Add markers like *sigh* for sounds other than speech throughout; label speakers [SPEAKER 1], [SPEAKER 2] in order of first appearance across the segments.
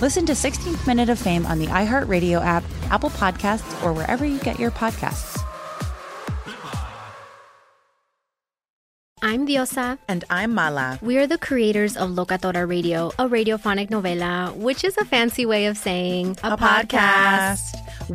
[SPEAKER 1] Listen to 16th Minute of Fame on the iHeartRadio app, Apple Podcasts, or wherever you get your podcasts.
[SPEAKER 2] I'm Diosa.
[SPEAKER 3] And I'm Mala.
[SPEAKER 2] We are the creators of Locatora Radio, a radiophonic novela, which is a fancy way of saying
[SPEAKER 3] a, a podcast. podcast.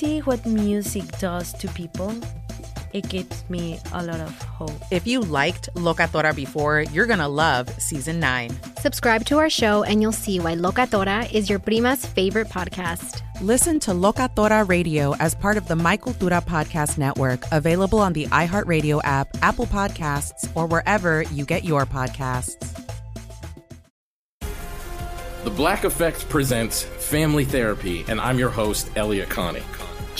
[SPEAKER 4] what music does to people, it gives me a lot of hope.
[SPEAKER 3] If you liked Locatora before, you're going to love season 9.
[SPEAKER 2] Subscribe to our show and you'll see why Locatora is your prima's favorite podcast.
[SPEAKER 3] Listen to Locatora Radio as part of the Michael Dura Podcast Network, available on the iHeartRadio app, Apple Podcasts, or wherever you get your podcasts.
[SPEAKER 5] The Black Effect presents Family Therapy, and I'm your host, Elia Connie.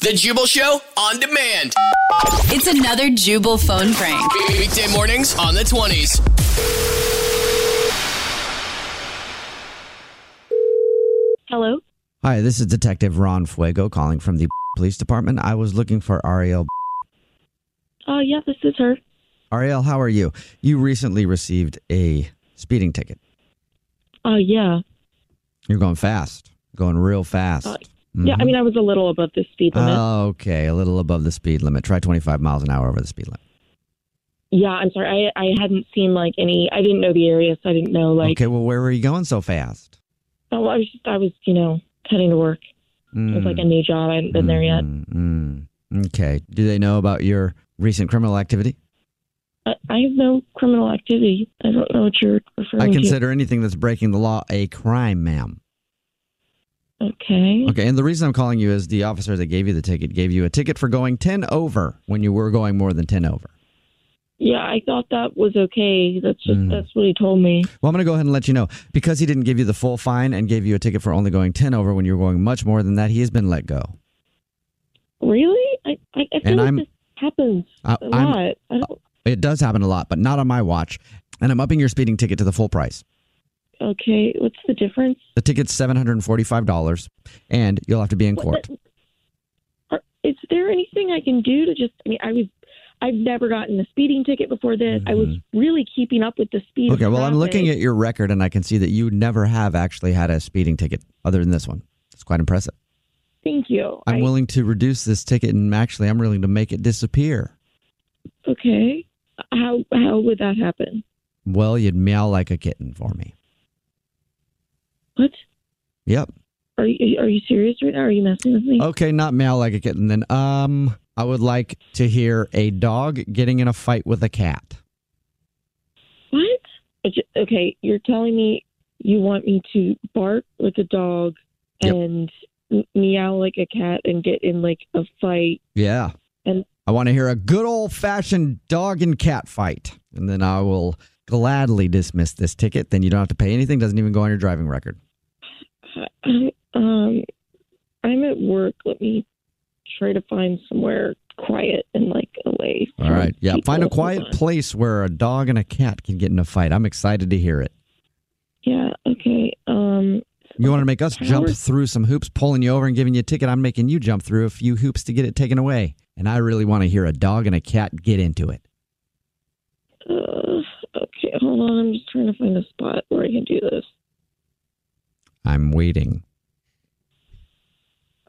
[SPEAKER 6] The Jubal Show on demand.
[SPEAKER 7] It's another Jubal phone prank.
[SPEAKER 6] Weekday mornings on the 20s.
[SPEAKER 8] Hello.
[SPEAKER 9] Hi, this is Detective Ron Fuego calling from the police department. I was looking for Ariel.
[SPEAKER 8] Oh, uh, yeah, this is her.
[SPEAKER 9] Ariel, how are you? You recently received a speeding ticket.
[SPEAKER 8] Oh, uh, yeah.
[SPEAKER 9] You're going fast, going real fast.
[SPEAKER 8] Uh, yeah, mm-hmm. I mean, I was a little above the speed limit.
[SPEAKER 9] Oh, okay, a little above the speed limit. Try 25 miles an hour over the speed limit.
[SPEAKER 8] Yeah, I'm sorry. I, I hadn't seen like any, I didn't know the area, so I didn't know like.
[SPEAKER 9] Okay, well, where were you going so fast?
[SPEAKER 8] Oh, I was just, I was, you know, heading to work. Mm. It was like a new job. I hadn't been mm. there yet.
[SPEAKER 9] Mm. Hmm, Okay. Do they know about your recent criminal activity?
[SPEAKER 8] I, I have no criminal activity. I don't know what you're referring to.
[SPEAKER 9] I consider to. anything that's breaking the law a crime, ma'am.
[SPEAKER 8] Okay.
[SPEAKER 9] Okay. And the reason I'm calling you is the officer that gave you the ticket gave you a ticket for going 10 over when you were going more than 10 over.
[SPEAKER 8] Yeah, I thought that was okay. That's just mm. that's what he told me.
[SPEAKER 9] Well, I'm going to go ahead and let you know because he didn't give you the full fine and gave you a ticket for only going ten over when you were going much more than that. He has been let go.
[SPEAKER 8] Really? I I, I feel and like I'm, this happens I, a I'm, lot. I don't...
[SPEAKER 9] It does happen a lot, but not on my watch. And I'm upping your speeding ticket to the full price.
[SPEAKER 8] Okay, what's the difference?
[SPEAKER 9] The ticket's seven hundred and forty-five dollars, and you'll have to be in court.
[SPEAKER 8] What, is there anything I can do to just? I mean, I was I've never gotten a speeding ticket before this. Mm-hmm. I was really keeping up with the speed.
[SPEAKER 9] Okay, well, I'm looking at your record and I can see that you never have actually had a speeding ticket other than this one. It's quite impressive.
[SPEAKER 8] Thank you.
[SPEAKER 9] I'm I... willing to reduce this ticket and actually I'm willing to make it disappear.
[SPEAKER 8] Okay. How how would that happen?
[SPEAKER 9] Well, you'd meow like a kitten for me.
[SPEAKER 8] What?
[SPEAKER 9] Yep.
[SPEAKER 8] Are you are you serious right now? Are you messing with me?
[SPEAKER 9] Okay, not meow like a kitten then. Um I would like to hear a dog getting in a fight with a cat.
[SPEAKER 8] What? Okay, you're telling me you want me to bark like a dog yep. and meow like a cat and get in like a fight.
[SPEAKER 9] Yeah.
[SPEAKER 8] And
[SPEAKER 9] I want to hear a good old fashioned dog and cat fight. And then I will gladly dismiss this ticket. Then you don't have to pay anything, doesn't even go on your driving record.
[SPEAKER 8] I, um, I'm at work. Let me try to find somewhere quiet and like away.
[SPEAKER 9] All right. Yeah. Find a quiet place where a dog and a cat can get in a fight. I'm excited to hear it.
[SPEAKER 8] Yeah. Okay. Um,
[SPEAKER 9] You want to make us jump
[SPEAKER 8] Howard-
[SPEAKER 9] through some hoops, pulling you over and giving you a ticket. I'm making you jump through a few hoops to get it taken away. And I really want to hear a dog and a cat get into it.
[SPEAKER 8] Uh, okay, hold on. I'm just trying to find a spot where I can do this.
[SPEAKER 9] I'm waiting.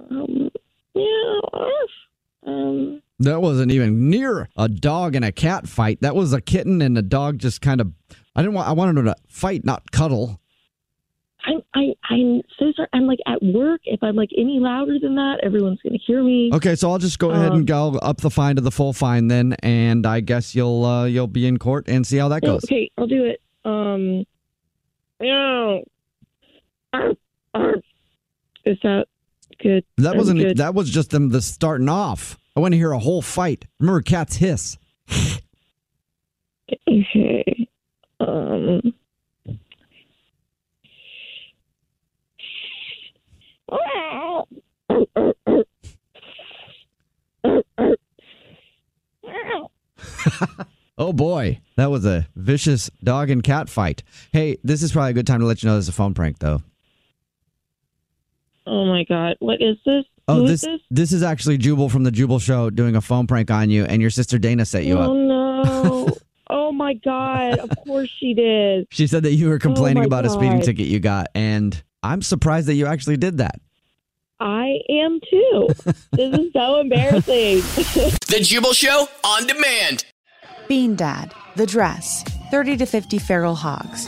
[SPEAKER 8] Um, yeah, uh, um,
[SPEAKER 9] That wasn't even near a dog and a cat fight. That was a kitten and the dog just kind of. I didn't want. I wanted her to fight, not cuddle.
[SPEAKER 8] I'm, I, I'm so sorry. I'm like at work. If I'm like any louder than that, everyone's gonna hear me.
[SPEAKER 9] Okay, so I'll just go ahead
[SPEAKER 8] Um,
[SPEAKER 9] and go up the fine to the full fine then, and I guess you'll uh, you'll be in court and see how that
[SPEAKER 8] No,
[SPEAKER 9] goes.
[SPEAKER 8] Okay, I'll do it. Um, yeah. Arf, arf. Is that good?
[SPEAKER 9] That wasn't. e,
[SPEAKER 8] good.
[SPEAKER 9] That was just them the starting off. I want to hear a whole fight. Remember, cats hiss.
[SPEAKER 8] Okay. Um.
[SPEAKER 9] Oh boy, that was a vicious dog and cat fight. Hey, this is probably a good time to let you know there's a phone prank though.
[SPEAKER 8] Oh my god, what is this?
[SPEAKER 9] Oh,
[SPEAKER 8] Who is
[SPEAKER 9] this
[SPEAKER 8] this?
[SPEAKER 9] this is actually Jubal from the Jubal Show doing a phone prank on you, and your sister Dana set you
[SPEAKER 8] oh
[SPEAKER 9] up. *laughs*
[SPEAKER 8] no. oh my god, of course she did.
[SPEAKER 9] She said that you were complaining
[SPEAKER 8] Oh my
[SPEAKER 9] about a speeding
[SPEAKER 8] God.
[SPEAKER 9] ticket you got, and I'm surprised that you actually did that.
[SPEAKER 8] I am too. this is
[SPEAKER 9] *laughs*
[SPEAKER 8] so embarrassing.
[SPEAKER 6] The Jubal Show on demand.
[SPEAKER 1] Bean Dad, The Dress, 30 to 50 Feral Hogs.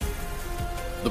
[SPEAKER 5] The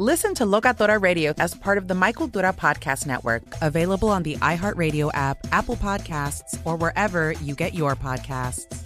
[SPEAKER 10] Listen to Locatora Radio as part of the Michael Dura Podcast Network.
[SPEAKER 3] Available on the iHeartRadio app, Apple Podcasts, or wherever you get your podcasts.